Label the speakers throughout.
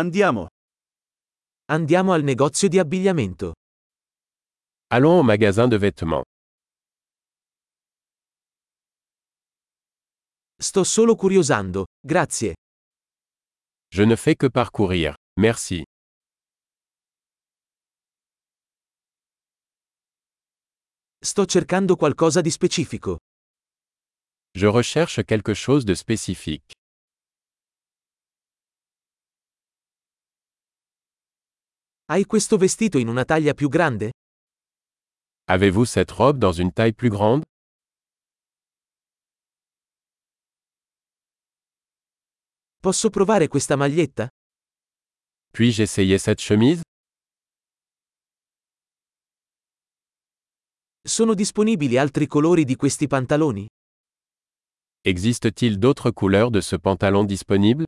Speaker 1: Andiamo.
Speaker 2: Andiamo al negozio di abbigliamento.
Speaker 3: Allons au magasin de vêtements.
Speaker 2: Sto solo curiosando, grazie.
Speaker 3: Je ne fais que parcourir. Merci.
Speaker 2: Sto cercando qualcosa di specifico.
Speaker 3: Je recherche quelque chose de spécifique.
Speaker 2: Hai questo vestito in una taglia più grande?
Speaker 3: Avez-vous cette robe dans une taille plus grande
Speaker 2: Posso provare questa maglietta?
Speaker 3: Puis-je essayer cette chemise
Speaker 2: Sono disponibili altri colori di questi pantaloni?
Speaker 3: Existe-t-il d'autres couleurs de ce pantalon disponible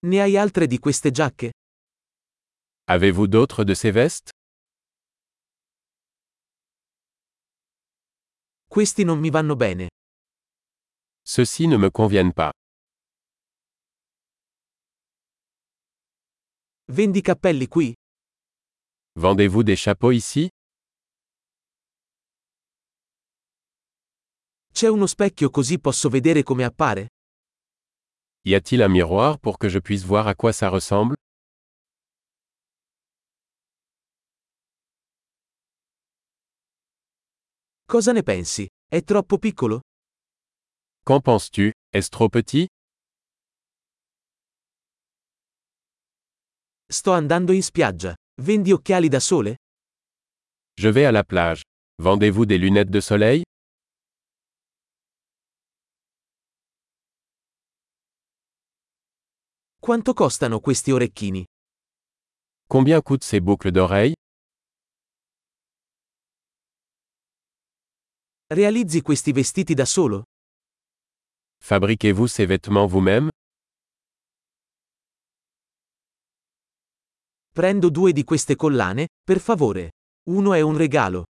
Speaker 2: Ne hai altre di queste giacche?
Speaker 3: Avez-vous d'autres de ces vestes
Speaker 2: Questi non mi vanno bene.
Speaker 3: Ceux-ci ne me conviennent pas.
Speaker 2: Vendi cappelli qui?
Speaker 3: Vendez-vous des chapeaux ici
Speaker 2: C'è uno specchio così posso vedere come appare?
Speaker 3: Y a-t-il un miroir pour que je puisse voir à quoi ça ressemble
Speaker 2: Cosa ne pensi? È troppo piccolo?
Speaker 3: Qu'en penses-tu Est-ce trop petit
Speaker 2: Sto andando in spiaggia. Vendi occhiali da sole?
Speaker 3: Je vais à la plage. Vendez-vous des lunettes de soleil
Speaker 2: Quanto costano questi orecchini?
Speaker 3: Combien coûtent ces boucles d'oreilles
Speaker 2: Realizzi questi vestiti da solo?
Speaker 3: Fabriquez-vous ces vêtements vous-même
Speaker 2: Prendo due di queste collane, per favore. Uno è un regalo.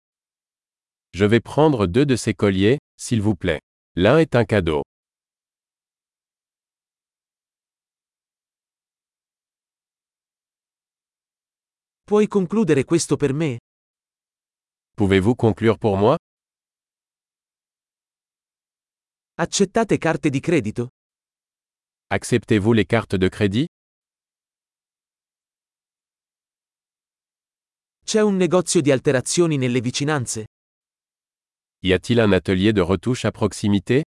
Speaker 3: Je vais prendre deux de ces colliers, s'il vous plaît. L'un est un cadeau.
Speaker 2: Puoi concludere questo per me?
Speaker 3: Pouvez-vous conclure pour moi
Speaker 2: Accettate carte di credito?
Speaker 3: Acceptez-vous les cartes de crédit
Speaker 2: C'è un negozio di alterazioni nelle vicinanze?
Speaker 3: Y a-t-il un atelier de retouche à proximité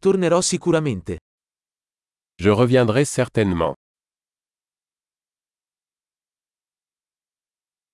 Speaker 2: Tornerò sicuramente.
Speaker 3: Je reviendrai certainement.